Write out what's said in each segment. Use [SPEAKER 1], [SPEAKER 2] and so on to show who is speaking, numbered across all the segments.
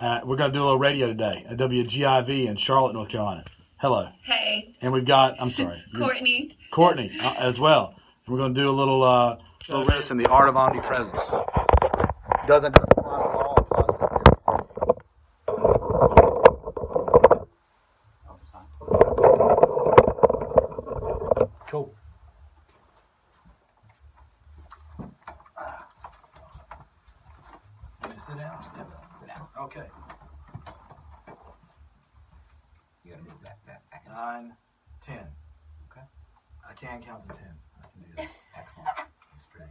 [SPEAKER 1] Uh, we're going to do a little radio today at WGIV in Charlotte, North Carolina. Hello.
[SPEAKER 2] Hey,
[SPEAKER 1] And we've got, I'm sorry,
[SPEAKER 2] Courtney.
[SPEAKER 1] Courtney uh, as well. And we're going to do a little, uh, little radio.
[SPEAKER 3] Listen, the art of omnipresence doesn't just apply to all positive.
[SPEAKER 4] Cool.
[SPEAKER 3] Can you sit down or stand up?
[SPEAKER 4] Sit down.
[SPEAKER 3] Okay.
[SPEAKER 4] You gotta move back, back, back. and up.
[SPEAKER 3] Nine, ten.
[SPEAKER 4] Okay.
[SPEAKER 3] I can count to ten. I can do that.
[SPEAKER 4] Excellent.
[SPEAKER 3] That's pretty.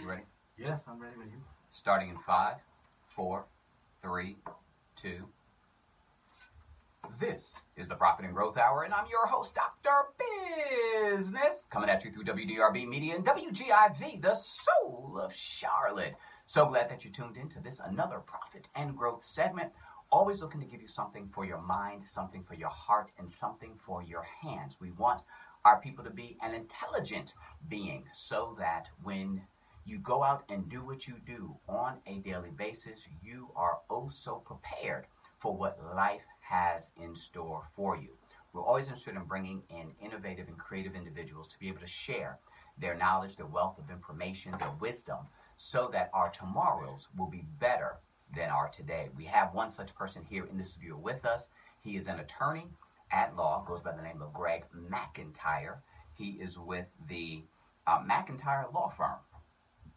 [SPEAKER 4] You ready?
[SPEAKER 3] Yes, I'm ready with you.
[SPEAKER 4] Starting in five, four, three, two. This is the Profit and Growth Hour, and I'm your host, Dr. Business, coming at you through WDRB Media and WGIV, the soul of Charlotte. So glad that you tuned in to this another Profit and Growth segment. Always looking to give you something for your mind, something for your heart, and something for your hands. We want our people to be an intelligent being so that when you go out and do what you do on a daily basis, you are oh so prepared for what life has in store for you. We're always interested in bringing in innovative and creative individuals to be able to share their knowledge, their wealth of information, their wisdom, so that our tomorrows will be better than our today. We have one such person here in the studio with us. He is an attorney at law, goes by the name of Greg McIntyre. He is with the uh, McIntyre Law Firm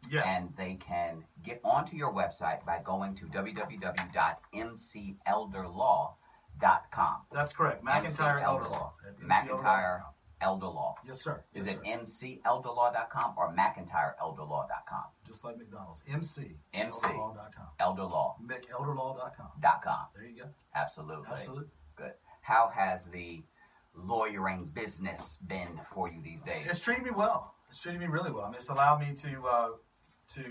[SPEAKER 3] Yes.
[SPEAKER 4] and they can get onto your website by going to www.mcelderlaw.com.
[SPEAKER 3] That's correct. McIntyre Elder Law. At MC Elder
[SPEAKER 4] McIntyre
[SPEAKER 3] Law.
[SPEAKER 4] Elder Law.
[SPEAKER 3] Yes, sir.
[SPEAKER 4] Is
[SPEAKER 3] yes,
[SPEAKER 4] it
[SPEAKER 3] sir.
[SPEAKER 4] E mcelderlaw.com or mcintyreelderlaw.com?
[SPEAKER 3] Just like McDonald's. MC.
[SPEAKER 4] MC.
[SPEAKER 3] Elderlaw.com.
[SPEAKER 4] Elderlaw.com.
[SPEAKER 3] McElderlaw.com. There you go.
[SPEAKER 4] Absolutely.
[SPEAKER 3] Absolutely.
[SPEAKER 4] Good. How has the lawyering business been for you these days?
[SPEAKER 3] It's treated me well. It's treated me really well. I mean, it's allowed me to, uh, to,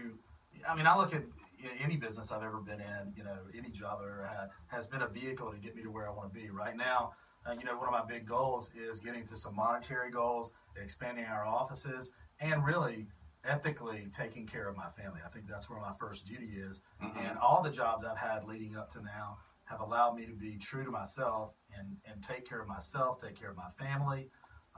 [SPEAKER 3] I mean, I look at you know, any business I've ever been in. You know, any job I've ever had has been a vehicle to get me to where I want to be. Right now, uh, you know, one of my big goals is getting to some monetary goals, expanding our offices, and really ethically taking care of my family. I think that's where my first duty is.
[SPEAKER 4] Mhm.
[SPEAKER 3] And all the jobs I've had leading up to now have allowed me to be true to myself and, and take care of myself, take care of my family,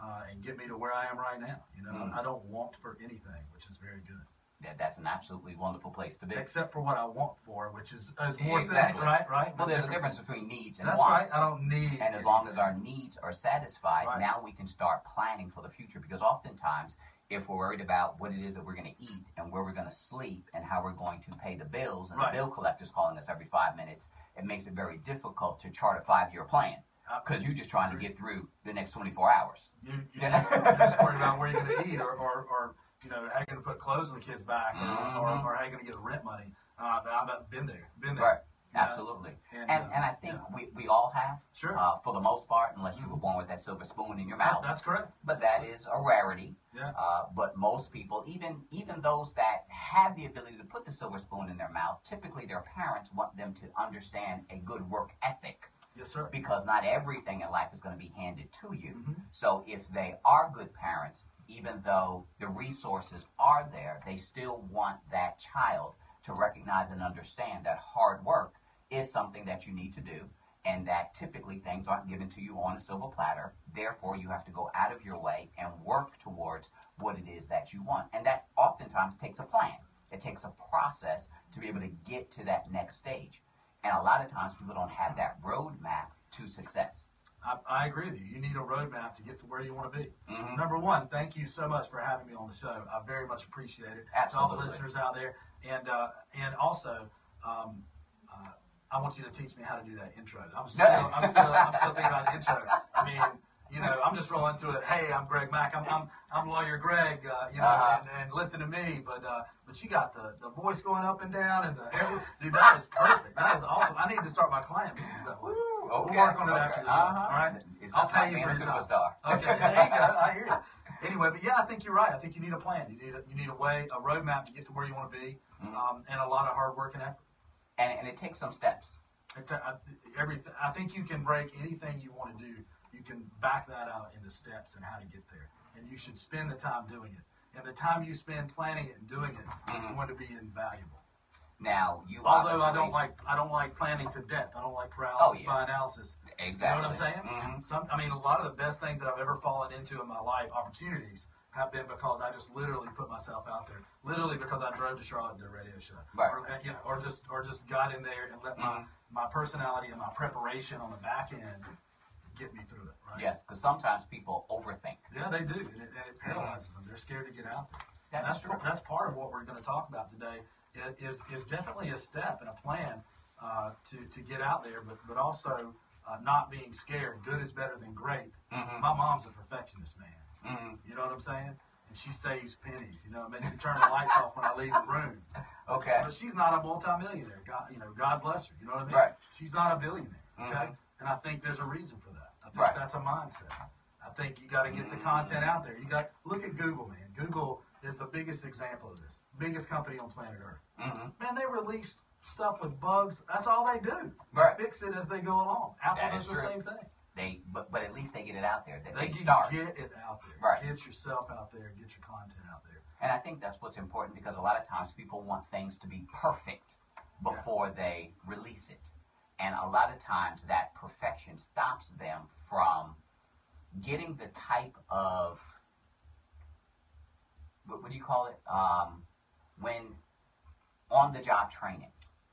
[SPEAKER 3] uh, and get me to where I am right now. You know,
[SPEAKER 4] Mm.
[SPEAKER 3] I don't want for anything, which is very good,
[SPEAKER 4] That- that's an absolutely wonderful place to be.
[SPEAKER 3] except for what I want for, which is, is more
[SPEAKER 4] Exactly.
[SPEAKER 3] thing, right? Right?
[SPEAKER 4] Well, there's a
[SPEAKER 3] Different.
[SPEAKER 4] difference between needs and
[SPEAKER 3] That's right.
[SPEAKER 4] wants.
[SPEAKER 3] I don't need.
[SPEAKER 4] And as long as our needs are satisfied,
[SPEAKER 3] Right.
[SPEAKER 4] now we can start planning for the future. Because oftentimes, if we're worried about what it is that we're going to eat and where we're going to sleep and how we're going to pay the bills, and
[SPEAKER 3] Right.
[SPEAKER 4] the bill collector's calling us every five minutes, it makes it very difficult to chart a five year plan
[SPEAKER 3] Uh,
[SPEAKER 4] because you're just trying to get through the next 24 hours.
[SPEAKER 3] You, you just, you're just worried about where you're going to eat or, or, or, you know, how you're going to put clothes on the kids' back or,
[SPEAKER 4] Mhm.
[SPEAKER 3] or, or how you're going to get rent money. Uh, but I've been there. Been there.
[SPEAKER 4] Right.
[SPEAKER 3] You know?
[SPEAKER 4] Absolutely.
[SPEAKER 3] And, uh,
[SPEAKER 4] And, and I think we, we all have,
[SPEAKER 3] Sure.
[SPEAKER 4] uh, for the most part, unless you were born with that silver spoon in your
[SPEAKER 3] That-
[SPEAKER 4] mouth.
[SPEAKER 3] that's correct.
[SPEAKER 4] but that is a rarity.
[SPEAKER 3] Yeah.
[SPEAKER 4] Uh, but most people, even even those that have the ability to put the silver spoon in their mouth, typically their parents want them to understand a good work ethic
[SPEAKER 3] Yes, sir.
[SPEAKER 4] because not everything in life is going to be handed to you.
[SPEAKER 3] Mhm.
[SPEAKER 4] So if they are good parents, even though the resources are there, they still want that child to recognize and understand that hard work is something that you need to do and that typically things aren't given to you on a silver platter. Therefore, you have to go out of your way and work towards what it is that you want. And that oftentimes takes a plan. It takes a process to be able to get to that next stage. And a lot of times people don't have that roadmap to success.
[SPEAKER 3] I, I agree with you. You need a roadmap to get to where you want to be.
[SPEAKER 4] Mhm.
[SPEAKER 3] Number one, thank you so much for having me on the show. I very much appreciate it. To all
[SPEAKER 4] Absolutely.
[SPEAKER 3] the listeners out there, and uh, and also, um, uh, I want you to teach me how to do that intro. I'm still, I'm still, I'm still thinking about the intro. I mean, you know, I'm just rolling to it. Hey, I'm Greg Mack. I'm I'm, I'm lawyer Greg. Uh, you know,
[SPEAKER 4] Uh-huh.
[SPEAKER 3] and, and listen to me. But uh, but you got the, the voice going up and down, and the every, dude, that is perfect. That is awesome. I need to start my client meetings that way.
[SPEAKER 4] Okay,
[SPEAKER 3] We'll work on it after the show.
[SPEAKER 4] Uh-huh.
[SPEAKER 3] All right.
[SPEAKER 4] Is that
[SPEAKER 3] I'll
[SPEAKER 4] not
[SPEAKER 3] pay you
[SPEAKER 4] being
[SPEAKER 3] for
[SPEAKER 4] a
[SPEAKER 3] your time.
[SPEAKER 4] superstar?
[SPEAKER 3] Okay, there you go. I hear you. Anyway, but yeah, I think you're right. I think you need a plan. You need a, you need a way, a roadmap to get to where you want to be,
[SPEAKER 4] Mhm.
[SPEAKER 3] um, and a lot of hard work and effort.
[SPEAKER 4] And, and it takes some steps.
[SPEAKER 3] It ta- I- everything. I think you can break anything you want to do. You can back that out into steps and how to get there. And you should spend the time doing it. And the time you spend planning it and doing it is
[SPEAKER 4] Mhm.
[SPEAKER 3] going to be invaluable.
[SPEAKER 4] Now you
[SPEAKER 3] Although I
[SPEAKER 4] obviously- Oh,
[SPEAKER 3] don't like I don't like planning to death. I don't like paralysis
[SPEAKER 4] yeah.
[SPEAKER 3] by analysis.
[SPEAKER 4] exactly.
[SPEAKER 3] You know what I'm saying?
[SPEAKER 4] Mhm.
[SPEAKER 3] Some, I mean, a lot of the best things that I've ever fallen into in my life, opportunities, have been because I just literally put myself out there. Literally because I drove to Charlotte to a radio show,
[SPEAKER 4] Right.
[SPEAKER 3] or, you know, or just or just got in there and let
[SPEAKER 4] Mhm.
[SPEAKER 3] my my personality and my preparation on the back end get me through it. Right?
[SPEAKER 4] Yes, because sometimes people overthink.
[SPEAKER 3] Yeah, they do, and it, and it paralyzes them. They're scared to get out there.
[SPEAKER 4] That
[SPEAKER 3] that's
[SPEAKER 4] is true.
[SPEAKER 3] that's part of what we're going to talk about today. i- Is is definitely a step and a plan uh, to to get out there, but but also uh, not being scared. Good is better than great.
[SPEAKER 4] Mhm.
[SPEAKER 3] My mom's a perfectionist, man.
[SPEAKER 4] Mhm.
[SPEAKER 3] You know what I'm saying? And she saves pennies. You know, makes me turn the lights off when I leave the room.
[SPEAKER 4] Okay.
[SPEAKER 3] But she's not a multimillionaire. God, you know, God bless her. You know what I mean?
[SPEAKER 4] Right.
[SPEAKER 3] She's not a billionaire. Okay.
[SPEAKER 4] Mhm.
[SPEAKER 3] And I think there's a reason for that. I think
[SPEAKER 4] Right.
[SPEAKER 3] that's a mindset. I think you got to get the content out there. You got look at Google, man. Google is the biggest example of this. Biggest company on planet Earth.
[SPEAKER 4] Mhm.
[SPEAKER 3] Man, they release stuff with bugs. That's all they do.
[SPEAKER 4] Right.
[SPEAKER 3] Fix it as they go along. Apple
[SPEAKER 4] That
[SPEAKER 3] does
[SPEAKER 4] is
[SPEAKER 3] the
[SPEAKER 4] true.
[SPEAKER 3] same thing.
[SPEAKER 4] They, but, but at least they get it out there. That
[SPEAKER 3] They
[SPEAKER 4] they,
[SPEAKER 3] can
[SPEAKER 4] start.
[SPEAKER 3] get it out there.
[SPEAKER 4] Right.
[SPEAKER 3] Get yourself out there. Get your content out there.
[SPEAKER 4] And I think that's what's important because a lot of times people want things to be perfect before they release it. And a lot of times that perfection stops them from getting the type of what, what do you call it? Um, when on the job training.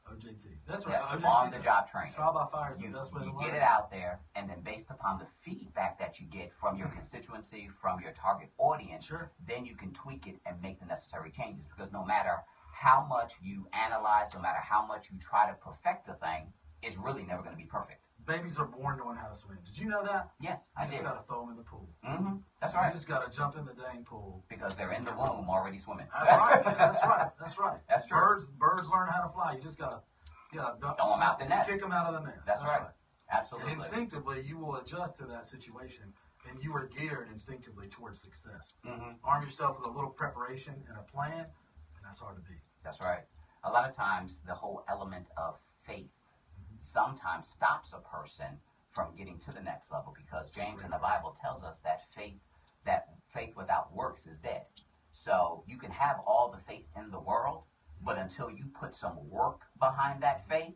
[SPEAKER 3] OJT. That's right.
[SPEAKER 4] Yes,
[SPEAKER 3] OJT.
[SPEAKER 4] on the job training.
[SPEAKER 3] Trial by fire is
[SPEAKER 4] You,
[SPEAKER 3] the best way
[SPEAKER 4] you
[SPEAKER 3] to learn.
[SPEAKER 4] get it out there, and then based upon the feedback that you get from your constituency, from your target audience,
[SPEAKER 3] Hmm. Sure.
[SPEAKER 4] then you can tweak it and make the necessary changes. Because no matter how much you analyze, no matter how much you try to perfect the thing, it's really never going to be perfect.
[SPEAKER 3] babies are born knowing how to swim. Did you know that?
[SPEAKER 4] Yes,
[SPEAKER 3] You
[SPEAKER 4] I
[SPEAKER 3] just
[SPEAKER 4] did.
[SPEAKER 3] gotta throw them in the pool.
[SPEAKER 4] Mm-hmm. That's
[SPEAKER 3] You
[SPEAKER 4] right.
[SPEAKER 3] just gotta jump in the dang pool.
[SPEAKER 4] Because they're in the womb already swimming.
[SPEAKER 3] That's right. man. That's right. That's right.
[SPEAKER 4] That's true.
[SPEAKER 3] Birds, birds learn how to fly. You just gotta, you gotta dump,
[SPEAKER 4] Throw 'em out the nest.
[SPEAKER 3] Kick them out of the nest.
[SPEAKER 4] That's right.
[SPEAKER 3] And
[SPEAKER 4] Absolutely.
[SPEAKER 3] instinctively, you will adjust to that situation, and you are geared instinctively towards success.
[SPEAKER 4] Mhm.
[SPEAKER 3] Arm yourself with a little preparation and a plan, and that's hard to beat.
[SPEAKER 4] That's right. A lot of times, the whole element of faith sometimes stops a person from getting to the next level because James in the Bible tells us that faith that faith without works is dead. So you can have all the faith in the world, but until you put some work behind that faith,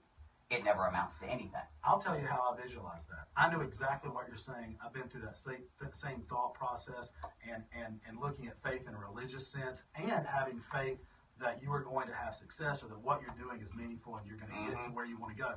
[SPEAKER 4] it never amounts to anything.
[SPEAKER 3] I'll tell you how I visualize that. I know exactly what you're saying. I've been through that same, that same thought process and, and, and looking at faith in a religious sense and having faith that you are going to have success or that what you're doing is meaningful and you're going to
[SPEAKER 4] Mm-hmm.
[SPEAKER 3] get to where you want to go.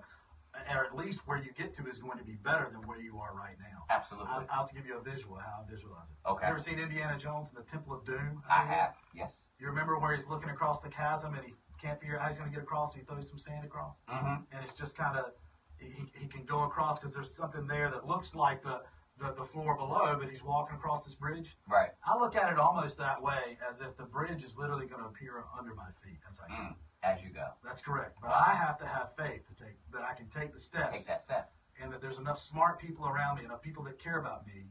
[SPEAKER 3] Or at least where you get to is going to be better than where you are right now.
[SPEAKER 4] Absolutely.
[SPEAKER 3] I'll, I'll give you a visual how I visualize it.
[SPEAKER 4] Okay.
[SPEAKER 3] You ever seen Indiana Jones and the Temple of Doom?
[SPEAKER 4] I
[SPEAKER 3] think it is?
[SPEAKER 4] have yes.
[SPEAKER 3] You remember where he's looking across the chasm and he can't figure out how he's going to get across and he throws some sand across?
[SPEAKER 4] Mhm.
[SPEAKER 3] And it's just kind of, he, he can go across because there's something there that looks like the, the, the floor below, but he's walking across this bridge.
[SPEAKER 4] Right.
[SPEAKER 3] I look at it almost that way as if the bridge is literally going to appear under my feet as I go.
[SPEAKER 4] Mm. As you go,
[SPEAKER 3] That's correct. But I have to have faith to take, that I can take the steps
[SPEAKER 4] take that step.
[SPEAKER 3] and that there's enough smart people around me, enough people that care about me,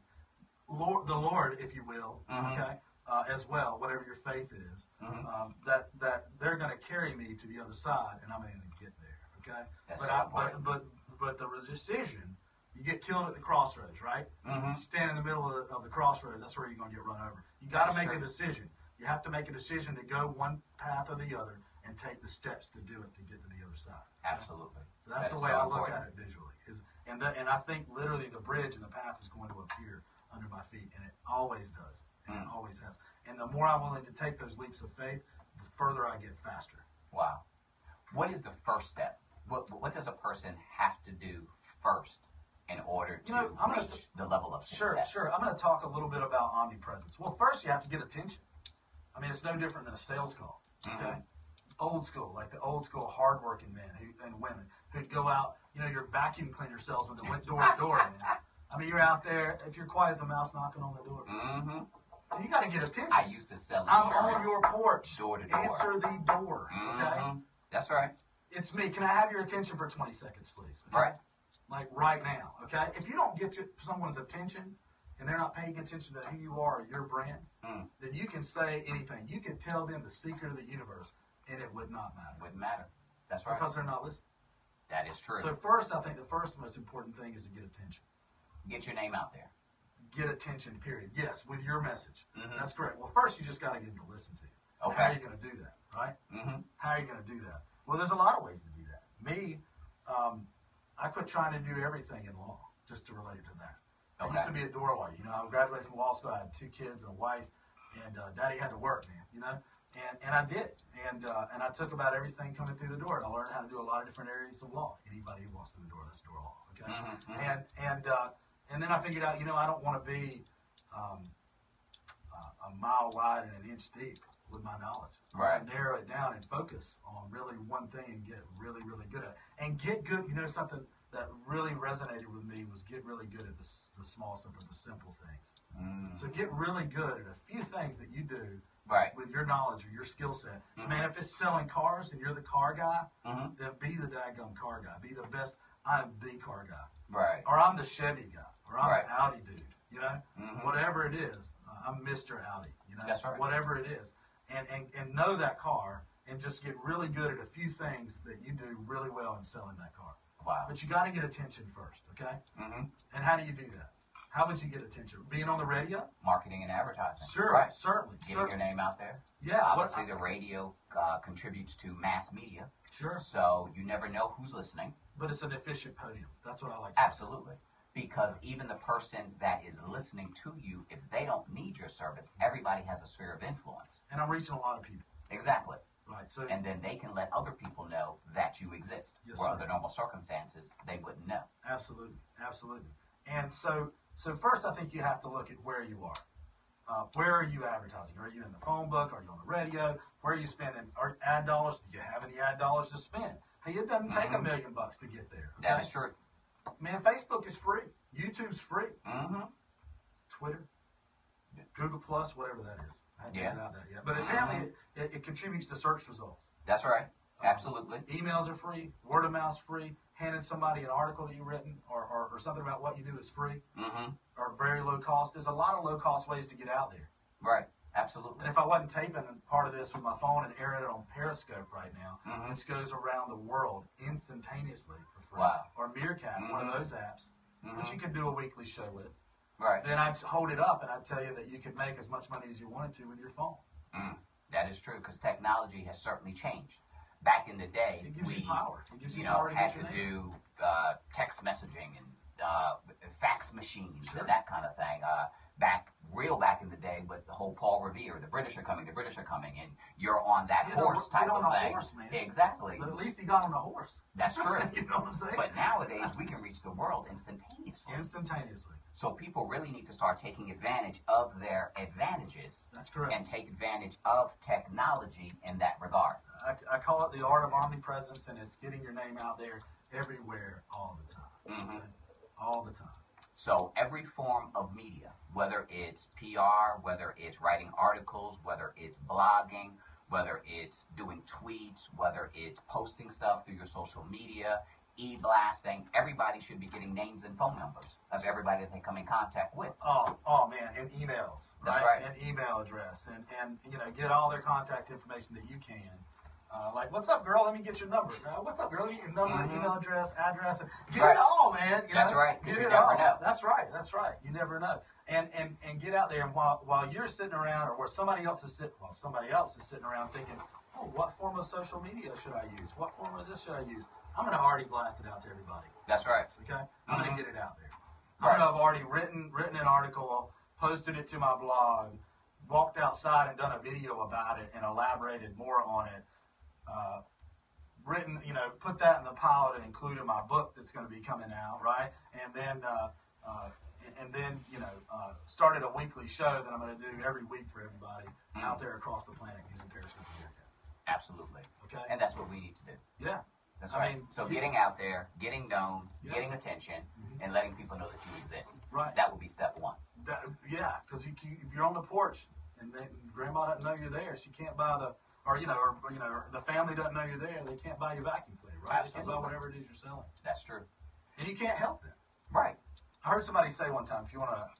[SPEAKER 3] Lord, the Lord, if you will,
[SPEAKER 4] Mhm.
[SPEAKER 3] okay, uh, as well, whatever your faith is,
[SPEAKER 4] Mm-hmm.
[SPEAKER 3] um, that that they're going to carry me to the other side, and I'm going to get there, okay.
[SPEAKER 4] That's
[SPEAKER 3] but,
[SPEAKER 4] so
[SPEAKER 3] I, but
[SPEAKER 4] important.
[SPEAKER 3] but but the decision, you get killed at the crossroads, right?
[SPEAKER 4] Mhm.
[SPEAKER 3] You stand in the middle of, of the crossroads. That's where you're going to get run over. You got
[SPEAKER 4] That's
[SPEAKER 3] to make
[SPEAKER 4] true.
[SPEAKER 3] a decision. You have to make a decision to go one path or the other, and take the steps to do it to get to the other side. okay?
[SPEAKER 4] Absolutely.
[SPEAKER 3] So
[SPEAKER 4] That
[SPEAKER 3] that's the
[SPEAKER 4] is
[SPEAKER 3] way
[SPEAKER 4] so
[SPEAKER 3] I look
[SPEAKER 4] important.
[SPEAKER 3] at it visually. Is and that, and I think literally the bridge and the path is going to appear under my feet, and it always does, and
[SPEAKER 4] Mm.
[SPEAKER 3] it always has. And the more I'm willing to take those leaps of faith, the further I get faster.
[SPEAKER 4] Wow. What is the first step? What, what does a person have to do first in order to
[SPEAKER 3] You know, I'm gonna
[SPEAKER 4] reach
[SPEAKER 3] t-
[SPEAKER 4] the level of
[SPEAKER 3] Sure,
[SPEAKER 4] success?
[SPEAKER 3] sure. I'm going to talk a little bit about omnipresence. Well, first you have to get attention. I mean, it's no different than a sales call. Okay.
[SPEAKER 4] Mm-hmm.
[SPEAKER 3] Old school, like the old school hardworking men who, and women who'd go out. You know, your vacuum cleaner salesman that went door to door. man. I mean, you're out there. If you're quiet as a mouse knocking on the door,
[SPEAKER 4] Mm-hmm.
[SPEAKER 3] you got to get attention.
[SPEAKER 4] I used to sell
[SPEAKER 3] I'm
[SPEAKER 4] insurance.
[SPEAKER 3] on your porch.
[SPEAKER 4] Door to door.
[SPEAKER 3] Answer the door. Okay.
[SPEAKER 4] Mhm. That's right.
[SPEAKER 3] It's me. Can I have your attention for 20 seconds, please? Okay?
[SPEAKER 4] Right.
[SPEAKER 3] Like right now. Okay. If you don't get to someone's attention and they're not paying attention to who you are or your brand,
[SPEAKER 4] Mm.
[SPEAKER 3] then you can say anything. You can tell them the secret of the universe, and it would not matter
[SPEAKER 4] Wouldn't matter. That's right.
[SPEAKER 3] because they're not listening.
[SPEAKER 4] that is true.
[SPEAKER 3] So first, I think the first most important thing is to get attention.
[SPEAKER 4] Get your name out there.
[SPEAKER 3] Get attention. Period. Yes, with your message.
[SPEAKER 4] Mhm.
[SPEAKER 3] That's correct. Well, first you just got to get them to listen to you. How
[SPEAKER 4] Okay.
[SPEAKER 3] are you going to do that? Right.
[SPEAKER 4] Mm-hmm.
[SPEAKER 3] How are you going to do that? Well, there's a lot of ways to do that. Me, um, I quit trying to do everything in law just to relate to that. I used
[SPEAKER 4] Okay.
[SPEAKER 3] to be a doorway. You know, I graduated from law school. I had two kids and a wife, and uh, daddy had to work, man. You know, and and I did, and uh, and I took about everything coming through the door. And I learned how to do a lot of different areas of law. Anybody who walks through the door, that's door law. Okay,
[SPEAKER 4] Mhm, mhm.
[SPEAKER 3] and and uh, and then I figured out, you know, I don't want to be um, uh, a mile wide and an inch deep with my knowledge. I wanna
[SPEAKER 4] Mm-hmm. Right.
[SPEAKER 3] Narrow it down and focus on really one thing and get really, really good at. it. And get good. You know something that really resonated with me was get really good at the, s- the small, simple, the simple things.
[SPEAKER 4] Mm.
[SPEAKER 3] So get really good at a few things that you do
[SPEAKER 4] Right.
[SPEAKER 3] with your knowledge or your skill set.
[SPEAKER 4] Mhm.
[SPEAKER 3] Man, if it's selling cars and you're the car guy,
[SPEAKER 4] hmm
[SPEAKER 3] then be the daggum car guy. Be the best. I'm the car guy
[SPEAKER 4] Right.
[SPEAKER 3] or I'm the Chevy guy, or I'm
[SPEAKER 4] Right.
[SPEAKER 3] an Audi dude, you know,
[SPEAKER 4] Mhm.
[SPEAKER 3] whatever it is, uh, I'm Mr. Audi, you know,
[SPEAKER 4] That's right.
[SPEAKER 3] whatever it is, and, and and know that car and just get really good at a few things that you do really well in selling that car.
[SPEAKER 4] Wow.
[SPEAKER 3] But you got to get attention first, okay?
[SPEAKER 4] hmm
[SPEAKER 3] And how do you do that? How would you get attention? Being on the radio?
[SPEAKER 4] Marketing and advertising.
[SPEAKER 3] Sure,
[SPEAKER 4] Right.
[SPEAKER 3] certainly,
[SPEAKER 4] Getting
[SPEAKER 3] sure.
[SPEAKER 4] your name out there.
[SPEAKER 3] Yeah, what,
[SPEAKER 4] Obviously, the radio uh, contributes to mass media,
[SPEAKER 3] sure.
[SPEAKER 4] so you never know who's listening.
[SPEAKER 3] But it's an efficient podium. That's what I like. to
[SPEAKER 4] Absolutely. Because even the person that is listening to you, if they don't need your service, everybody has a sphere of influence.
[SPEAKER 3] And I'm reaching a lot of people,
[SPEAKER 4] Exactly.
[SPEAKER 3] right? So
[SPEAKER 4] And then they can let other people know that you exist.
[SPEAKER 3] Yes,
[SPEAKER 4] where
[SPEAKER 3] sir.
[SPEAKER 4] under normal circumstances, they wouldn't know.
[SPEAKER 3] Absolutely, absolutely. And so, so first, I think you have to look at where you are. Uh, where are you advertising? Are you in the phone book? Are you on the radio? Where are you spending? Are ad dollars? Do you have any ad dollars to spend? Hey, it doesn't take a
[SPEAKER 4] Mhm.
[SPEAKER 3] million bucks to get there.
[SPEAKER 4] That
[SPEAKER 3] okay?
[SPEAKER 4] is true.
[SPEAKER 3] Man, Facebook is free. YouTube's free.
[SPEAKER 4] hmm
[SPEAKER 3] Twitter, Google Plus, whatever that is. I haven't
[SPEAKER 4] Yeah.
[SPEAKER 3] figured out that yet. But apparently, it, it, it contributes to search results.
[SPEAKER 4] That's right. Absolutely.
[SPEAKER 3] Emails are free. Word of mouth's free. Handing somebody an article that you've written or, or, or something about what you do is free.
[SPEAKER 4] hmm
[SPEAKER 3] are very low cost. There's a lot of low cost ways to get out there.
[SPEAKER 4] Right. Absolutely.
[SPEAKER 3] And if I wasn't taping part of this with my phone and airing it on Periscope right now,
[SPEAKER 4] Mhm.
[SPEAKER 3] which goes around the world instantaneously for free,
[SPEAKER 4] Wow.
[SPEAKER 3] or Meerkat, one
[SPEAKER 4] Mhm.
[SPEAKER 3] of those apps,
[SPEAKER 4] Mhm.
[SPEAKER 3] which you could do a weekly show with,
[SPEAKER 4] Mm-hmm. Right.
[SPEAKER 3] then I'd hold it up and I'd tell you that you could make as much money as you wanted to with your phone.
[SPEAKER 4] Mm, that is true because technology has certainly changed. Back in the day,
[SPEAKER 3] It gives
[SPEAKER 4] we
[SPEAKER 3] you power. It gives you,
[SPEAKER 4] you know
[SPEAKER 3] power to
[SPEAKER 4] had
[SPEAKER 3] get
[SPEAKER 4] to
[SPEAKER 3] your name.
[SPEAKER 4] do uh, text messaging and uh, fax machines
[SPEAKER 3] Sure.
[SPEAKER 4] and that kind of thing. Uh, back real back in the day with the whole Paul Revere, the British are coming, the British are coming, and you're on that
[SPEAKER 3] Get on-
[SPEAKER 4] horse
[SPEAKER 3] get
[SPEAKER 4] type
[SPEAKER 3] on
[SPEAKER 4] of
[SPEAKER 3] a
[SPEAKER 4] thing.
[SPEAKER 3] horse, man.
[SPEAKER 4] Exactly,
[SPEAKER 3] But at least he got on a horse.
[SPEAKER 4] that's true.
[SPEAKER 3] you know what I'm saying?
[SPEAKER 4] but nowadays we can reach the world instantaneously.
[SPEAKER 3] Instantaneously.
[SPEAKER 4] So people really need to start taking advantage of their advantages
[SPEAKER 3] That's correct.
[SPEAKER 4] and take advantage of technology in that regard.
[SPEAKER 3] I, I call it the art of omnipresence, and it's getting your name out there everywhere all the time.
[SPEAKER 4] Mhm.
[SPEAKER 3] Okay? All the time.
[SPEAKER 4] So every form of media, whether it's PR, whether it's writing articles, whether it's blogging, whether it's doing tweets, whether it's posting stuff through your social media, e-blasting, everybody should be getting names and phone numbers of everybody that they come in contact with.
[SPEAKER 3] Oh, oh man, and emails,
[SPEAKER 4] That's right.
[SPEAKER 3] right? And email address, and and you know, get all their contact information that you can. Uh, like, what's up, girl? Let me get your number. Uh, what's up, girl? Let me get your number,
[SPEAKER 4] Mhm.
[SPEAKER 3] email address, address. And get
[SPEAKER 4] Right.
[SPEAKER 3] it all, man. you
[SPEAKER 4] That's
[SPEAKER 3] know?
[SPEAKER 4] right, 'cause
[SPEAKER 3] Get
[SPEAKER 4] you
[SPEAKER 3] it
[SPEAKER 4] never
[SPEAKER 3] all.
[SPEAKER 4] know.
[SPEAKER 3] That's right. That's right. You never know. And and and get out there, and while while you're sitting around, or where somebody else is sitting, while somebody else is sitting around thinking, oh, what form of social media should I use? What form of this should I use? I'm gonna already blast it out to everybody
[SPEAKER 4] That's right.
[SPEAKER 3] okay? I'm
[SPEAKER 4] Mhm.
[SPEAKER 3] gonna get it out there.
[SPEAKER 4] Right.
[SPEAKER 3] I'm gonna have already written written an article, posted it to my blog, walked outside and done a video about it, and elaborated more on it. Uh, written, you know, put that in the pile to include in my book that's going to be coming out, right? And then, uh, uh, and- and then, you know, uh, started a weekly show that I'm going to do every week for everybody
[SPEAKER 4] Mm.
[SPEAKER 3] out there across the planet using Periscope America.
[SPEAKER 4] Absolutely.
[SPEAKER 3] Okay,
[SPEAKER 4] And that's what we need to do.
[SPEAKER 3] yeah,
[SPEAKER 4] That's
[SPEAKER 3] I
[SPEAKER 4] right.
[SPEAKER 3] mean,
[SPEAKER 4] so
[SPEAKER 3] you-
[SPEAKER 4] getting out there, getting known,
[SPEAKER 3] Yeah.
[SPEAKER 4] getting attention,
[SPEAKER 3] Mhm.
[SPEAKER 4] and letting people know that you exist.
[SPEAKER 3] right.
[SPEAKER 4] That would be step one.
[SPEAKER 3] That, yeah, because you, you, if you're on the porch and then grandma doesn't know you're there, she can't buy the or you know or you know or the family doesn't know you're there. They can't buy your vacuum cleaner, right? They
[SPEAKER 4] Absolutely.
[SPEAKER 3] can't buy whatever it is you're selling,
[SPEAKER 4] That's true.
[SPEAKER 3] and you can't help them.
[SPEAKER 4] Right.
[SPEAKER 3] I heard somebody say one time, if you want to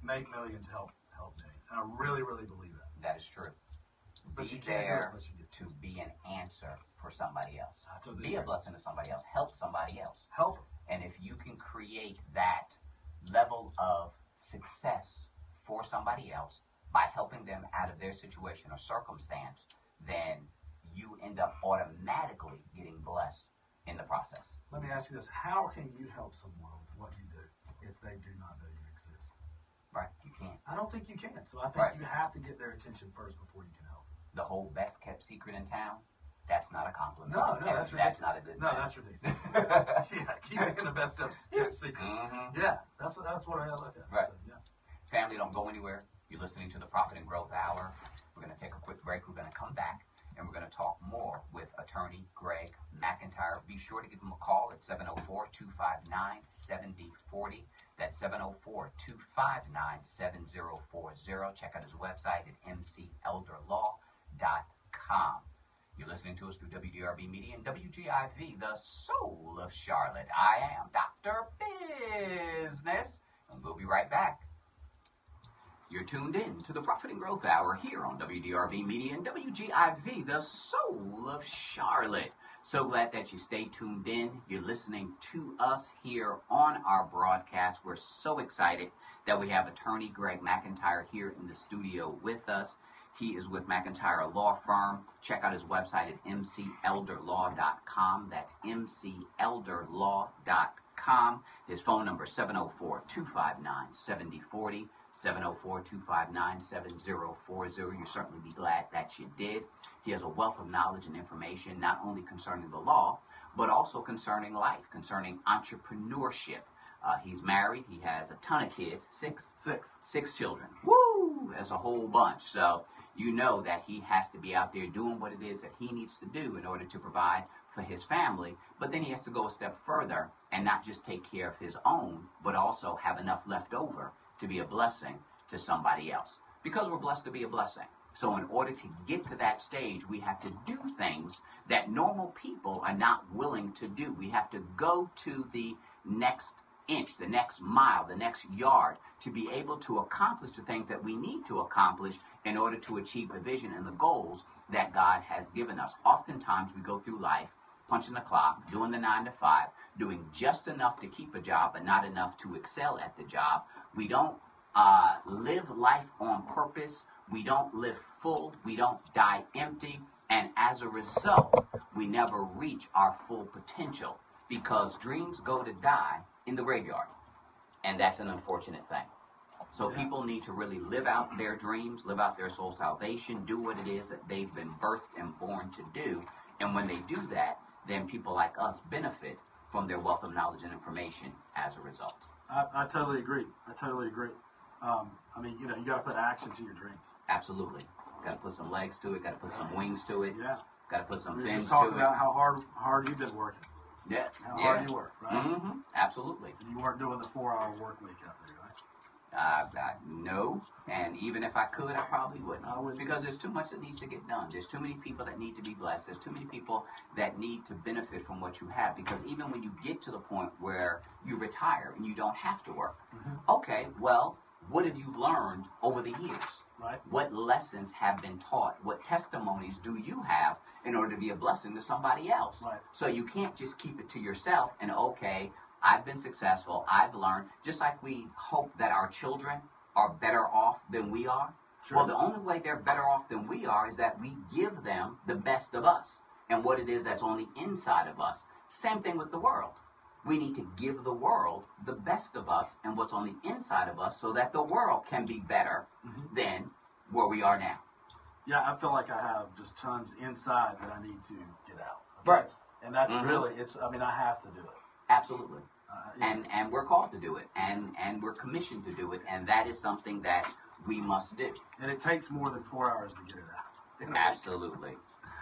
[SPEAKER 3] make millions, help help millions. And I really really believe that.
[SPEAKER 4] That is true.
[SPEAKER 3] But
[SPEAKER 4] be
[SPEAKER 3] you can't do it
[SPEAKER 4] there
[SPEAKER 3] unless you get to.
[SPEAKER 4] to be an answer for somebody else.
[SPEAKER 3] I totally
[SPEAKER 4] Be a
[SPEAKER 3] agree.
[SPEAKER 4] blessing to somebody else. Help somebody else.
[SPEAKER 3] Help 'em.
[SPEAKER 4] And if you can create that level of success for somebody else by helping them out of their situation or circumstance, then you end up automatically getting blessed in the process.
[SPEAKER 3] Let me ask you this: How can you help someone with what you do if they do not know you exist?
[SPEAKER 4] Right? You can't.
[SPEAKER 3] I don't think you can. So I think
[SPEAKER 4] Right.
[SPEAKER 3] you have to get their attention first before you can help.
[SPEAKER 4] The whole best kept secret in town. That's not a compliment.
[SPEAKER 3] No, no,
[SPEAKER 4] And
[SPEAKER 3] that's ridiculous.
[SPEAKER 4] that's not a good.
[SPEAKER 3] No, that's ridiculous.
[SPEAKER 4] that's.
[SPEAKER 3] yeah, keep making the best steps kept secret.
[SPEAKER 4] hmm
[SPEAKER 3] Yeah, that's that's what I look at.
[SPEAKER 4] Right.
[SPEAKER 3] So, yeah.
[SPEAKER 4] Family, don't go anywhere. You're listening to the Profit and Growth Hour. We're going to take a quick break. We're going to come back and we're going to talk more with attorney Greg McIntyre. Be sure to give him a call at 704 259 7040. That's 704 259 7040. Check out his website at mcelderlaw.com. You're listening to us through WDRB Media and WGIV, the soul of Charlotte. I am Dr. Business, and we'll be right back. You're tuned in to the Profit and Growth Hour here on WDRB Media and WGIV, the soul of Charlotte. So glad that you stay tuned in. You're listening to us here on our broadcast. We're so excited that we have attorney Greg McIntyre here in the studio with us. He is with McIntyre Law Firm. Check out his website at mcelderlaw.com. That's mcelderlaw.com. His phone number 704 259 7040. 704 259 7040. You'll certainly be glad that you did. He has a wealth of knowledge and information, not only concerning the law, but also concerning life, concerning entrepreneurship. Uh, he's married, he has a ton of kids, six,
[SPEAKER 3] Six.
[SPEAKER 4] six children. Woo! That's a whole bunch. So you know that he has to be out there doing what it is that he needs to do in order to provide for his family. But then he has to go a step further and not just take care of his own, but also have enough left over to be a blessing to somebody else. Because we're blessed to be a blessing. So, in order to get to that stage, we have to do things that normal people are not willing to do. We have to go to the next inch, the next mile, the next yard to be able to accomplish the things that we need to accomplish in order to achieve the vision and the goals that God has given us. Oftentimes, we go through life punching the clock, doing the nine to five, doing just enough to keep a job, but not enough to excel at the job. We don't uh, live life on purpose. We don't live full. We don't die empty. And as a result, we never reach our full potential because dreams go to die in the graveyard. And that's an unfortunate thing. So people need to really live out their dreams, live out their soul salvation, do what it is that they've been birthed and born to do. And when they do that, then people like us benefit from their wealth of knowledge and information as a result.
[SPEAKER 3] I, I totally agree. I totally agree. Um, I mean, you know, you got to put action to your dreams.
[SPEAKER 4] Absolutely. Got to put some legs to it. Got to put some wings to it.
[SPEAKER 3] Yeah.
[SPEAKER 4] Got to put some
[SPEAKER 3] We were
[SPEAKER 4] fins
[SPEAKER 3] just
[SPEAKER 4] to
[SPEAKER 3] talking
[SPEAKER 4] it.
[SPEAKER 3] about how hard hard you've been working,
[SPEAKER 4] yeah.
[SPEAKER 3] how
[SPEAKER 4] Yeah.
[SPEAKER 3] hard you work, right?
[SPEAKER 4] hmm Absolutely.
[SPEAKER 3] And you weren't doing the four-hour work week out there, right?
[SPEAKER 4] Uh, I, no, and even if I could, I probably wouldn't.
[SPEAKER 3] I wouldn't.
[SPEAKER 4] Because there's too much that needs to get done. There's too many people that need to be blessed. There's too many people that need to benefit from what you have. Because even when you get to the point where you retire and you don't have to work, okay, well, what have you learned over the years?
[SPEAKER 3] Right.
[SPEAKER 4] What lessons have been taught? What testimonies do you have in order to be a blessing to somebody else?
[SPEAKER 3] Right.
[SPEAKER 4] So you can't just keep it to yourself and okay, I've been successful, I've learned, just like we hope that our children are better off than we are.
[SPEAKER 3] Sure.
[SPEAKER 4] Well, the only way they're better off than we are is that we give them the best of us and what it is that's on the inside of us. Same thing with the world. We need to give the world the best of us and what's on the inside of us so that the world can be better
[SPEAKER 3] Mm-hmm.
[SPEAKER 4] than where we are now.
[SPEAKER 3] Yeah, I feel like I have just tons inside that I need to get out.
[SPEAKER 4] Right.
[SPEAKER 3] And that's
[SPEAKER 4] Mhm.
[SPEAKER 3] really it's. I mean, I have to do it.
[SPEAKER 4] Absolutely.
[SPEAKER 3] Uh, yeah.
[SPEAKER 4] and and we're called to do it and and we're commissioned to do it and that is something that we must do
[SPEAKER 3] and it takes more than four hours to get it out.
[SPEAKER 4] absolutely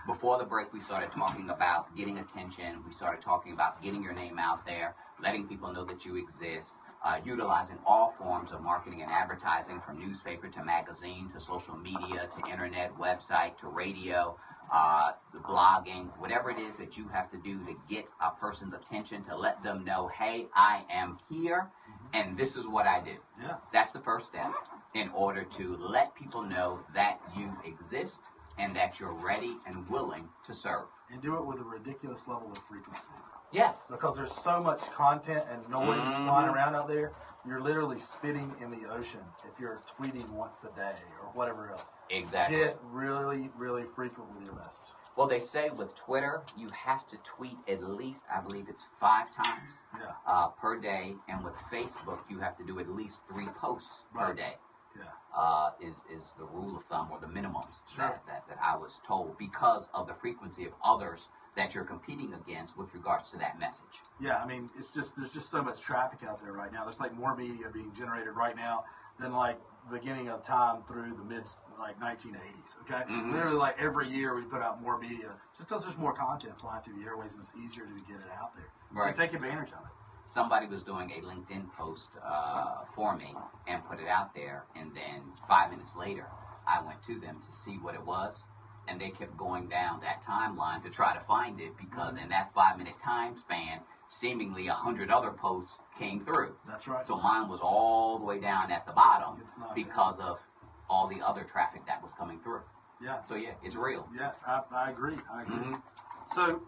[SPEAKER 4] before the break we started talking about getting attention we started talking about getting your name out there letting people know that you exist uh, utilizing all forms of marketing and advertising from newspaper to magazine to social media to internet website to radio uh, the blogging whatever it is that you have to do to get a person's attention to let them know hey i am here and this is what i do
[SPEAKER 3] Yeah.
[SPEAKER 4] that's the first step in order to let people know that you exist and that you're ready and willing to serve.
[SPEAKER 3] And do it with a ridiculous level of frequency.
[SPEAKER 4] Yes.
[SPEAKER 3] Because there's so much content and noise
[SPEAKER 4] Mhm.
[SPEAKER 3] flying around out there, you're literally spitting in the ocean if you're tweeting once a day or whatever else.
[SPEAKER 4] Exactly.
[SPEAKER 3] Get really, really frequently your message.
[SPEAKER 4] Well, they say with Twitter, you have to tweet at least, I believe it's five times
[SPEAKER 3] Yeah.
[SPEAKER 4] uh, per day, and with Facebook, you have to do at least three posts per
[SPEAKER 3] Right.
[SPEAKER 4] day.
[SPEAKER 3] Yeah.
[SPEAKER 4] Uh, is is the rule of thumb or the minimums
[SPEAKER 3] Sure.
[SPEAKER 4] that, that, that I was told because of the frequency of others that you're competing against with regards to that message.
[SPEAKER 3] Yeah, I mean, it's just there's just so much traffic out there right now. There's like more media being generated right now than like beginning of time through the mid like 1980s. Okay,
[SPEAKER 4] Mhm.
[SPEAKER 3] literally like every year we put out more media just because there's more content flying through the airways and it's easier to get it out there.
[SPEAKER 4] Right.
[SPEAKER 3] So take advantage of it.
[SPEAKER 4] somebody was doing a LinkedIn post uh, for me and put it out there, and then five minutes later, I went to them to see what it was, and they kept going down that timeline to try to find it because in that five minute time span, seemingly a hundred other posts came through.
[SPEAKER 3] That's right.
[SPEAKER 4] So mine was all the way down at the bottom
[SPEAKER 3] It's not-
[SPEAKER 4] because of all the other traffic that was coming through.
[SPEAKER 3] yeah.
[SPEAKER 4] So yeah, it's real.
[SPEAKER 3] Yes, I, I agree. I agree.
[SPEAKER 4] Mhm.
[SPEAKER 3] So,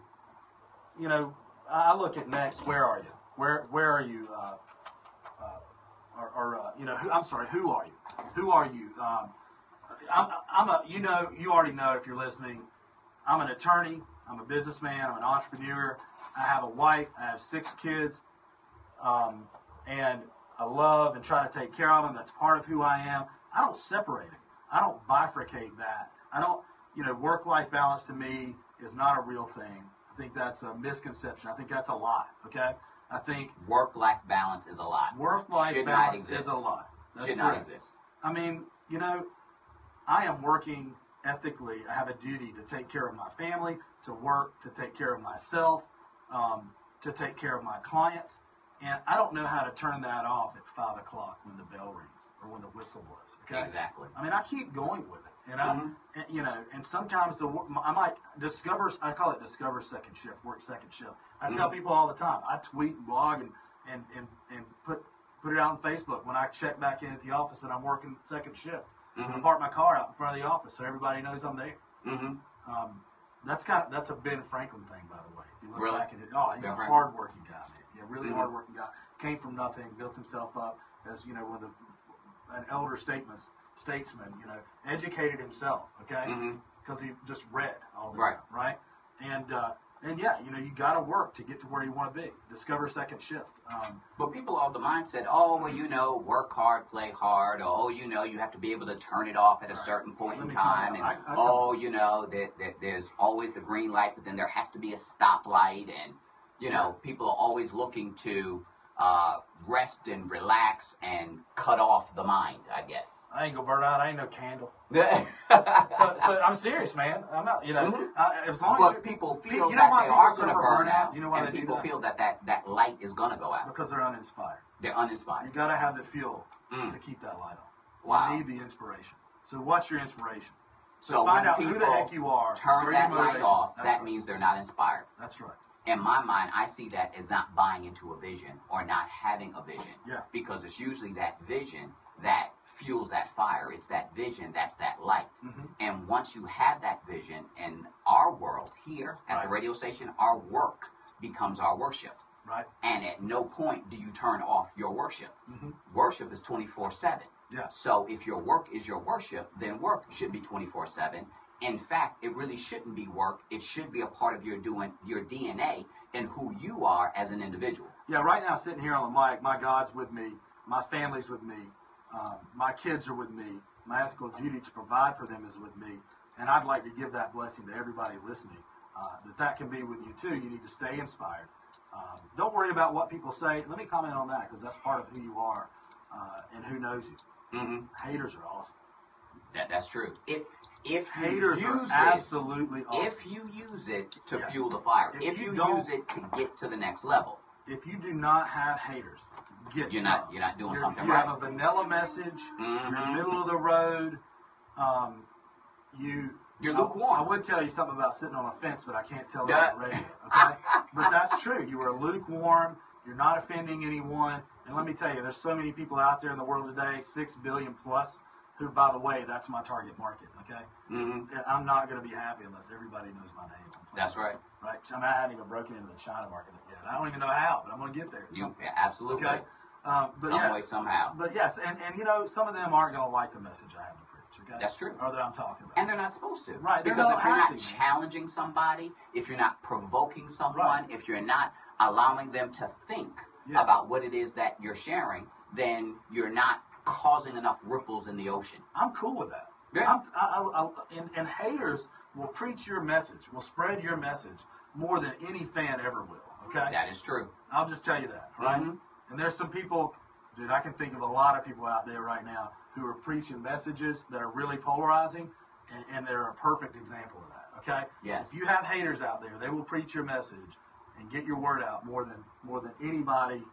[SPEAKER 3] you know, I I look at next. Where are you? Where Where are you? Uh, uh, or, or uh, you know, who, I'm sorry. Who are you? Who are you? Um, I'm, I'm a. You know, you already know if you're listening. I'm an attorney. I'm a businessman. I'm an entrepreneur. I have a wife. I have six kids, um, and I love and try to take care of them. That's part of who I am. I don't separate it. I don't bifurcate that. I don't. You know, work-life balance to me is not a real thing. I think that's a misconception. I think that's a lie. Okay. I think
[SPEAKER 4] Work life balance is a lot.
[SPEAKER 3] work-life
[SPEAKER 4] Should not
[SPEAKER 3] balance is
[SPEAKER 4] exist.
[SPEAKER 3] a lie. That's
[SPEAKER 4] Should not
[SPEAKER 3] correct.
[SPEAKER 4] exist.
[SPEAKER 3] I mean, you know, I am working ethically. I have a duty to take care of my family, to work, to take care of myself, um, to take care of my clients. And I don't know how to turn that off at five o'clock when the bell rings or when the whistle blows. Okay.
[SPEAKER 4] Exactly.
[SPEAKER 3] I mean, I keep going with it, and I,
[SPEAKER 4] Mhm.
[SPEAKER 3] and, you know, and sometimes the wor- I might discover. I call it discover second shift, work second shift. I tell
[SPEAKER 4] Mm-hmm.
[SPEAKER 3] people all the time. I tweet and blog and and and, and put put it out on Facebook when I check back in at the office and I'm working second shift. I
[SPEAKER 4] Mhm.
[SPEAKER 3] park my car out in front of the office so everybody knows I'm there.
[SPEAKER 4] hmm
[SPEAKER 3] Um, that's kind of that's a Ben Franklin thing, by the way. If you look
[SPEAKER 4] Really?
[SPEAKER 3] back at it, oh, he's
[SPEAKER 4] Ben
[SPEAKER 3] a
[SPEAKER 4] Franklin?
[SPEAKER 3] hardworking guy, man. Yeah, really
[SPEAKER 4] Mhm.
[SPEAKER 3] hardworking guy. Came from nothing, built himself up as you know one of the an elder statements statesman. You know, educated himself. Okay,
[SPEAKER 4] Mhm.
[SPEAKER 3] because he just read all the
[SPEAKER 4] Right.
[SPEAKER 3] time, right? And uh, and yeah, you know, you got to work to get to where you want to be. Discover second shift. Um,
[SPEAKER 4] But people are of the mindset, oh, well, you know, work hard, play hard, or oh, you know, you have to be able to turn it off at a
[SPEAKER 3] Right.
[SPEAKER 4] certain point in
[SPEAKER 3] Let me comment
[SPEAKER 4] time, and
[SPEAKER 3] on- I- I-
[SPEAKER 4] oh, you know, that, that there's always the green light, but then there has to be a stoplight, and you know, people are always looking to uh, rest and relax and cut off the mind, I guess.
[SPEAKER 3] I ain't gonna burn out. I ain't no candle.
[SPEAKER 4] but
[SPEAKER 3] So, so I'm serious, man. I'm not. You know,
[SPEAKER 4] Mhm.
[SPEAKER 3] I, as long as you're,
[SPEAKER 4] people
[SPEAKER 3] you
[SPEAKER 4] feel
[SPEAKER 3] know
[SPEAKER 4] that
[SPEAKER 3] why
[SPEAKER 4] they
[SPEAKER 3] people
[SPEAKER 4] are going
[SPEAKER 3] suffer
[SPEAKER 4] to burn
[SPEAKER 3] burnout?
[SPEAKER 4] out,
[SPEAKER 3] You know why
[SPEAKER 4] and
[SPEAKER 3] they do
[SPEAKER 4] people
[SPEAKER 3] that?
[SPEAKER 4] feel that, that that light is going to go out.
[SPEAKER 3] because they're uninspired.
[SPEAKER 4] They're
[SPEAKER 3] You
[SPEAKER 4] uninspired.
[SPEAKER 3] gotta have the fuel
[SPEAKER 4] Mm.
[SPEAKER 3] to keep that light on.
[SPEAKER 4] Wow.
[SPEAKER 3] You need the inspiration. So what's your inspiration? So,
[SPEAKER 4] So
[SPEAKER 3] find
[SPEAKER 4] when
[SPEAKER 3] out who the
[SPEAKER 4] people
[SPEAKER 3] heck you are.
[SPEAKER 4] Turn
[SPEAKER 3] where
[SPEAKER 4] that
[SPEAKER 3] your
[SPEAKER 4] light
[SPEAKER 3] motivation-
[SPEAKER 4] off.
[SPEAKER 3] That's
[SPEAKER 4] That
[SPEAKER 3] right.
[SPEAKER 4] means they're not inspired.
[SPEAKER 3] that's right.
[SPEAKER 4] in my mind, I see that as not buying into a vision or not having a vision.
[SPEAKER 3] Yeah.
[SPEAKER 4] Because it's usually that vision that fuels that fire. It's that vision that's that light.
[SPEAKER 3] Mhm.
[SPEAKER 4] And once you have that vision in our world here at the
[SPEAKER 3] Right.
[SPEAKER 4] radio station, our work becomes our worship.
[SPEAKER 3] Right.
[SPEAKER 4] And at no point do you turn off your worship.
[SPEAKER 3] Mhm.
[SPEAKER 4] Worship is 24 7.
[SPEAKER 3] Yeah.
[SPEAKER 4] So if your work is your worship, then work should be 24 7. In fact, it really shouldn't be work. It should be a part of your doing your DNA and who you are as an individual.
[SPEAKER 3] Yeah. Right now, sitting here on the mic, my God's with me. My family's with me. Um, my kids are with me. My ethical duty to provide for them is with me. And I'd like to give that blessing to everybody listening. Uh, that that can be with you too. You need to stay inspired. Um, don't worry about what people say. Let me comment on that because that's part of who you are uh, and who knows you.
[SPEAKER 4] Mm-hmm.
[SPEAKER 3] Haters are awesome.
[SPEAKER 4] That that's true. If if you
[SPEAKER 3] Haters
[SPEAKER 4] use
[SPEAKER 3] are
[SPEAKER 4] it,
[SPEAKER 3] absolutely awesome.
[SPEAKER 4] if you use it to
[SPEAKER 3] Yeah.
[SPEAKER 4] fuel the fire,
[SPEAKER 3] If
[SPEAKER 4] if,
[SPEAKER 3] you
[SPEAKER 4] you,
[SPEAKER 3] don't-
[SPEAKER 4] use it to get to the next level,
[SPEAKER 3] If you do not have haters, get
[SPEAKER 4] You're
[SPEAKER 3] some.
[SPEAKER 4] not- you're not doing something
[SPEAKER 3] you
[SPEAKER 4] right.
[SPEAKER 3] have a vanilla message.
[SPEAKER 4] Mhm.
[SPEAKER 3] You're middle of the road. Um, you.
[SPEAKER 4] You're
[SPEAKER 3] I-
[SPEAKER 4] lukewarm.
[SPEAKER 3] I, would tell you something about sitting on a fence, but I can't tell
[SPEAKER 4] Yeah.
[SPEAKER 3] that on the radio. Okay, but that's true. You are lukewarm. You're not offending anyone. And let me tell you, there's so many people out there in the world today, six billion plus, who, by the way, that's my target market. Okay,
[SPEAKER 4] Mhm.
[SPEAKER 3] I'm not going to be happy unless everybody knows my name.
[SPEAKER 4] Mm-hmm. that's right.
[SPEAKER 3] Right? I, mean, I haven't even broken into the China market yet. I don't even know how, but I'm going to get there.
[SPEAKER 4] You yeah, absolutely
[SPEAKER 3] okay? Um, but,
[SPEAKER 4] some
[SPEAKER 3] yeah,
[SPEAKER 4] way somehow.
[SPEAKER 3] but yes, and, and you know, some of them aren't going to like the message I have to preach. Okay?
[SPEAKER 4] That's true.
[SPEAKER 3] Or that I'm talking about.
[SPEAKER 4] And they're not supposed to.
[SPEAKER 3] Right, they're
[SPEAKER 4] Because
[SPEAKER 3] not
[SPEAKER 4] if you're
[SPEAKER 3] have
[SPEAKER 4] not
[SPEAKER 3] to.
[SPEAKER 4] challenging somebody, if you're not provoking someone,
[SPEAKER 3] Right.
[SPEAKER 4] if you're not allowing them to think
[SPEAKER 3] Yes.
[SPEAKER 4] about what it is that you're sharing, then you're not causing enough ripples in the ocean.
[SPEAKER 3] I'm cool with that.
[SPEAKER 4] Yeah.
[SPEAKER 3] I'm, I, I, I, and, and haters will preach your message, will spread your message more than any fan ever will. Okay?
[SPEAKER 4] That is true.
[SPEAKER 3] I'll just tell you that, right?
[SPEAKER 4] Mhm.
[SPEAKER 3] And there's some people, dude, I can think of a lot of people out there right now who are preaching messages that are really polarizing, and, and they're a perfect example of that, okay?
[SPEAKER 4] Yes.
[SPEAKER 3] If you have haters out there, they will preach your message and get your word out more than more than anybody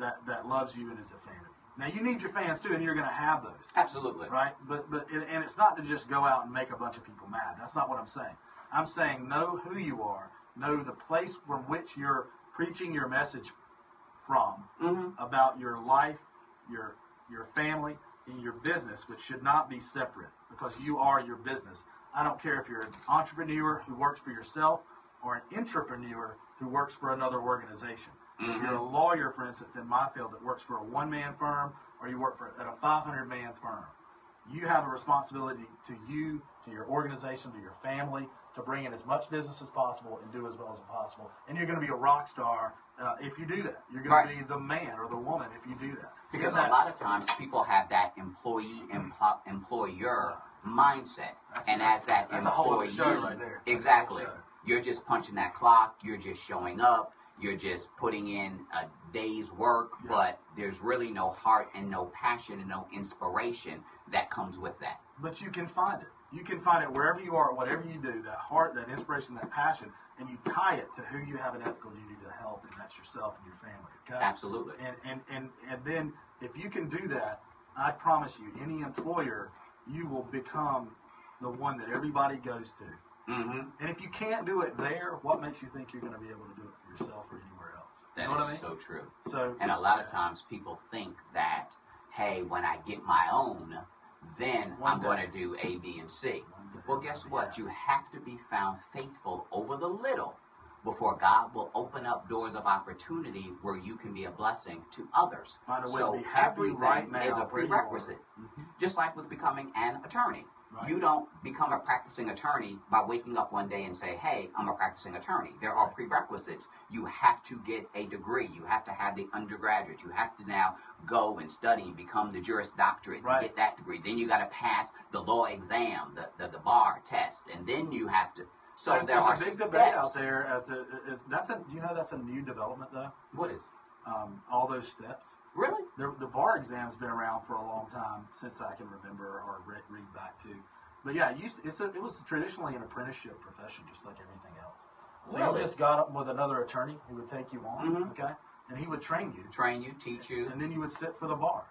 [SPEAKER 3] that that loves you and is a fan of you. Now you need your fans too, and you're gonna have those
[SPEAKER 4] Absolutely.
[SPEAKER 3] right? But but and, and it's not to just go out and make a bunch of people mad. That's not what I'm saying. I'm saying know who you are, know the place from which you're preaching your message from about your life, your your family, and your business, which should not be separate because you are your business. I don't care if you're an entrepreneur who works for yourself or an entrepreneur who works for another organization. If you're a lawyer, for instance, in my field that works for a one-man firm, or you work for at a 500-man firm, you have a responsibility to you, to your organization, to your family, to bring in as much business as possible and do as well as possible. And you're going to be a rock star uh, if you do that. You're going
[SPEAKER 4] Right.
[SPEAKER 3] to be the man or the woman if you do that.
[SPEAKER 4] Because
[SPEAKER 3] Isn't
[SPEAKER 4] a
[SPEAKER 3] that-
[SPEAKER 4] lot of times people have that employee empl- employer mindset,
[SPEAKER 3] That's-
[SPEAKER 4] and
[SPEAKER 3] that's-
[SPEAKER 4] as that
[SPEAKER 3] that's a whole other
[SPEAKER 4] employee,
[SPEAKER 3] show right there. That's a
[SPEAKER 4] exactly,
[SPEAKER 3] whole show.
[SPEAKER 4] you're just punching that clock. You're just showing up. You're just putting in a day's work,
[SPEAKER 3] Yeah.
[SPEAKER 4] but there's really no heart and no passion and no inspiration that comes with that.
[SPEAKER 3] but you can find it. You can find it wherever you are, whatever you do, that heart, that inspiration, that passion, and you tie it to who you have an ethical duty to help, and that's yourself and your family. Okay?
[SPEAKER 4] Absolutely.
[SPEAKER 3] And, and, and, and then if you can do that, I promise you, any employer, you will become the one that everybody goes to.
[SPEAKER 4] Mm-hmm.
[SPEAKER 3] And if you can't do it there, what makes you think you're going to be able to do it for yourself or anywhere else?
[SPEAKER 4] That is
[SPEAKER 3] you know what I mean?
[SPEAKER 4] so true.
[SPEAKER 3] So,
[SPEAKER 4] And a lot of times people think that, hey, when I get my own, then
[SPEAKER 3] One
[SPEAKER 4] I'm
[SPEAKER 3] day.
[SPEAKER 4] going to do A, B, and C.
[SPEAKER 3] One day.
[SPEAKER 4] Well, guess what?
[SPEAKER 3] Yeah.
[SPEAKER 4] You have to be found faithful over the little before God will open up doors of opportunity where you can be a blessing to others.
[SPEAKER 3] Find a way
[SPEAKER 4] so
[SPEAKER 3] to be happy
[SPEAKER 4] everything
[SPEAKER 3] right now
[SPEAKER 4] is a
[SPEAKER 3] where you are.
[SPEAKER 4] prerequisite.
[SPEAKER 3] Mm-hmm.
[SPEAKER 4] Just like with becoming an attorney.
[SPEAKER 3] Right.
[SPEAKER 4] You don't become a practicing attorney by waking up one day and say, hey, I'm a practicing attorney. There are prerequisites. You have to get a degree. You have to have the undergraduate. You have to now go and study and become the Juris Doctorate and
[SPEAKER 3] Right.
[SPEAKER 4] get that degree. Then you got to pass the law exam, the, the, the bar test, and then you have to. So
[SPEAKER 3] there's,
[SPEAKER 4] there are
[SPEAKER 3] there's a big
[SPEAKER 4] steps.
[SPEAKER 3] debate out there as a, as, that's a, you know, that's a new development though.
[SPEAKER 4] What is?
[SPEAKER 3] Um, all those steps.
[SPEAKER 4] Really?
[SPEAKER 3] The, the bar exam's been around for a long time since I can remember or read, read back to. But yeah, it, used to, it's a, it was traditionally an apprenticeship profession, just like everything else. So
[SPEAKER 4] Really?
[SPEAKER 3] you just got up with another attorney who would take you on,
[SPEAKER 4] Mhm.
[SPEAKER 3] okay, and he would train you,
[SPEAKER 4] Train you, teach you.
[SPEAKER 3] and then you would sit for the bar.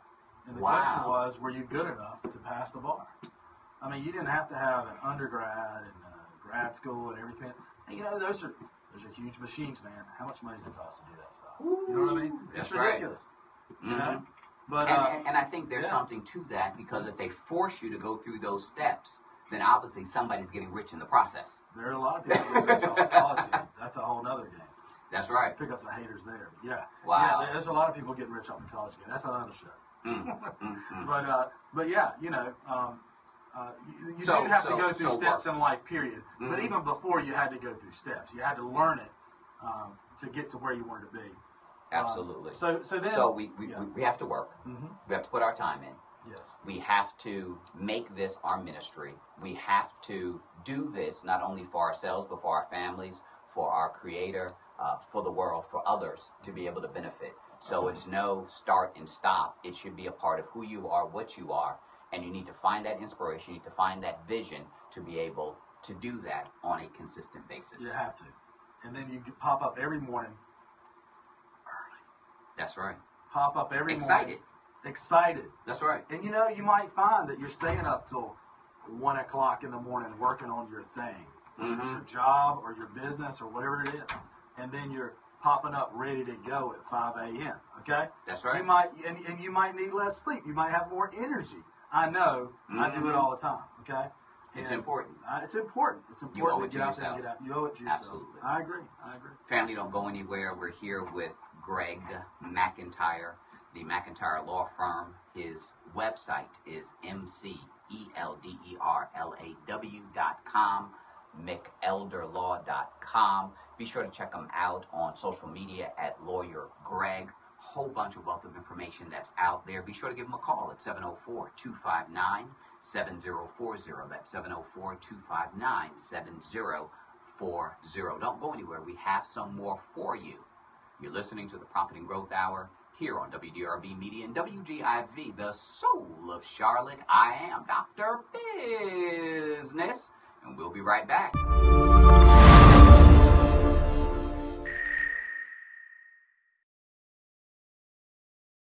[SPEAKER 3] And the
[SPEAKER 4] Wow.
[SPEAKER 3] question was, were you good enough to pass the bar? I mean, you didn't have to have an undergrad and uh, grad school and everything. And, you know, those are those are huge machines, man. How much money does it cost to do that stuff? you know what I mean?
[SPEAKER 4] That's
[SPEAKER 3] It's
[SPEAKER 4] right.
[SPEAKER 3] ridiculous. You
[SPEAKER 4] Mhm.
[SPEAKER 3] know? Mm-hmm. But uh,
[SPEAKER 4] and, and, and I think there's
[SPEAKER 3] yeah.
[SPEAKER 4] something to that because if they force you to go through those steps, then obviously somebody's getting rich in the process.
[SPEAKER 3] there are a lot of people who go to college. and That's a whole nother game.
[SPEAKER 4] That's right.
[SPEAKER 3] Pick up some haters there. But yeah.
[SPEAKER 4] Wow.
[SPEAKER 3] Yeah, there's a lot of people getting rich off the college game. That's another show.
[SPEAKER 4] Mm, mm, mm.
[SPEAKER 3] But uh, but yeah, you know, um, uh, you, you
[SPEAKER 4] So-
[SPEAKER 3] do have
[SPEAKER 4] so-
[SPEAKER 3] to go through
[SPEAKER 4] so
[SPEAKER 3] steps
[SPEAKER 4] work.
[SPEAKER 3] in life, period. But
[SPEAKER 4] Mhm.
[SPEAKER 3] even before, you had to go through steps. You had to learn it um, to get to where you wanted to be. Um,
[SPEAKER 4] Absolutely. so,
[SPEAKER 3] so so then.
[SPEAKER 4] we, we,
[SPEAKER 3] yeah.
[SPEAKER 4] we- we have to work.
[SPEAKER 3] hmm
[SPEAKER 4] We have to put our time in.
[SPEAKER 3] Yes.
[SPEAKER 4] We have to make this our ministry. We have to do this not only for ourselves, but for our families, for our Creator, uh, for the world, for others to be able to benefit. So it's no start and stop. It should be a part of who you are, what you are, and you need to find that inspiration. You need to find that vision to be able to do that on a consistent basis.
[SPEAKER 3] You have to. And then you get- pop up every morning.
[SPEAKER 4] That's right.
[SPEAKER 3] Pop up every
[SPEAKER 4] Excited.
[SPEAKER 3] morning. Excited.
[SPEAKER 4] That's right.
[SPEAKER 3] And you know, you might find that you're staying up till one o'clock in the morning working on your thing, whether it's
[SPEAKER 4] Mhm.
[SPEAKER 3] your job or your business or whatever it is, and then you're popping up ready to go at 5 a.m. Okay,
[SPEAKER 4] That's right.
[SPEAKER 3] You might and, and you might need less sleep. You might have more energy. I know. I do it
[SPEAKER 4] Mhm.
[SPEAKER 3] all the time. Okay,
[SPEAKER 4] It's
[SPEAKER 3] And,
[SPEAKER 4] important.
[SPEAKER 3] uh, it's important. It's important
[SPEAKER 4] owe it
[SPEAKER 3] to
[SPEAKER 4] to
[SPEAKER 3] get out there and
[SPEAKER 4] yourself.
[SPEAKER 3] get out. You owe it to yourself.
[SPEAKER 4] Absolutely.
[SPEAKER 3] I agree. I agree.
[SPEAKER 4] Family Don't Go Anywhere. We're here with Greg McIntyre, the McIntyre Law Firm. His website is E mcelderlaw.com, mcelderlaw.com. Be sure to check him out on social media at Lawyer Greg. Whole bunch of wealth of information that's out there. Be sure to give him a call at 704 259 7040. That's 704 259 7040. Don't go anywhere. We have some more for you. You're listening to the Profit and Growth Hour here on WDRB Media and WGIV, the soul of Charlotte. I am Dr. Business, and we'll be right back.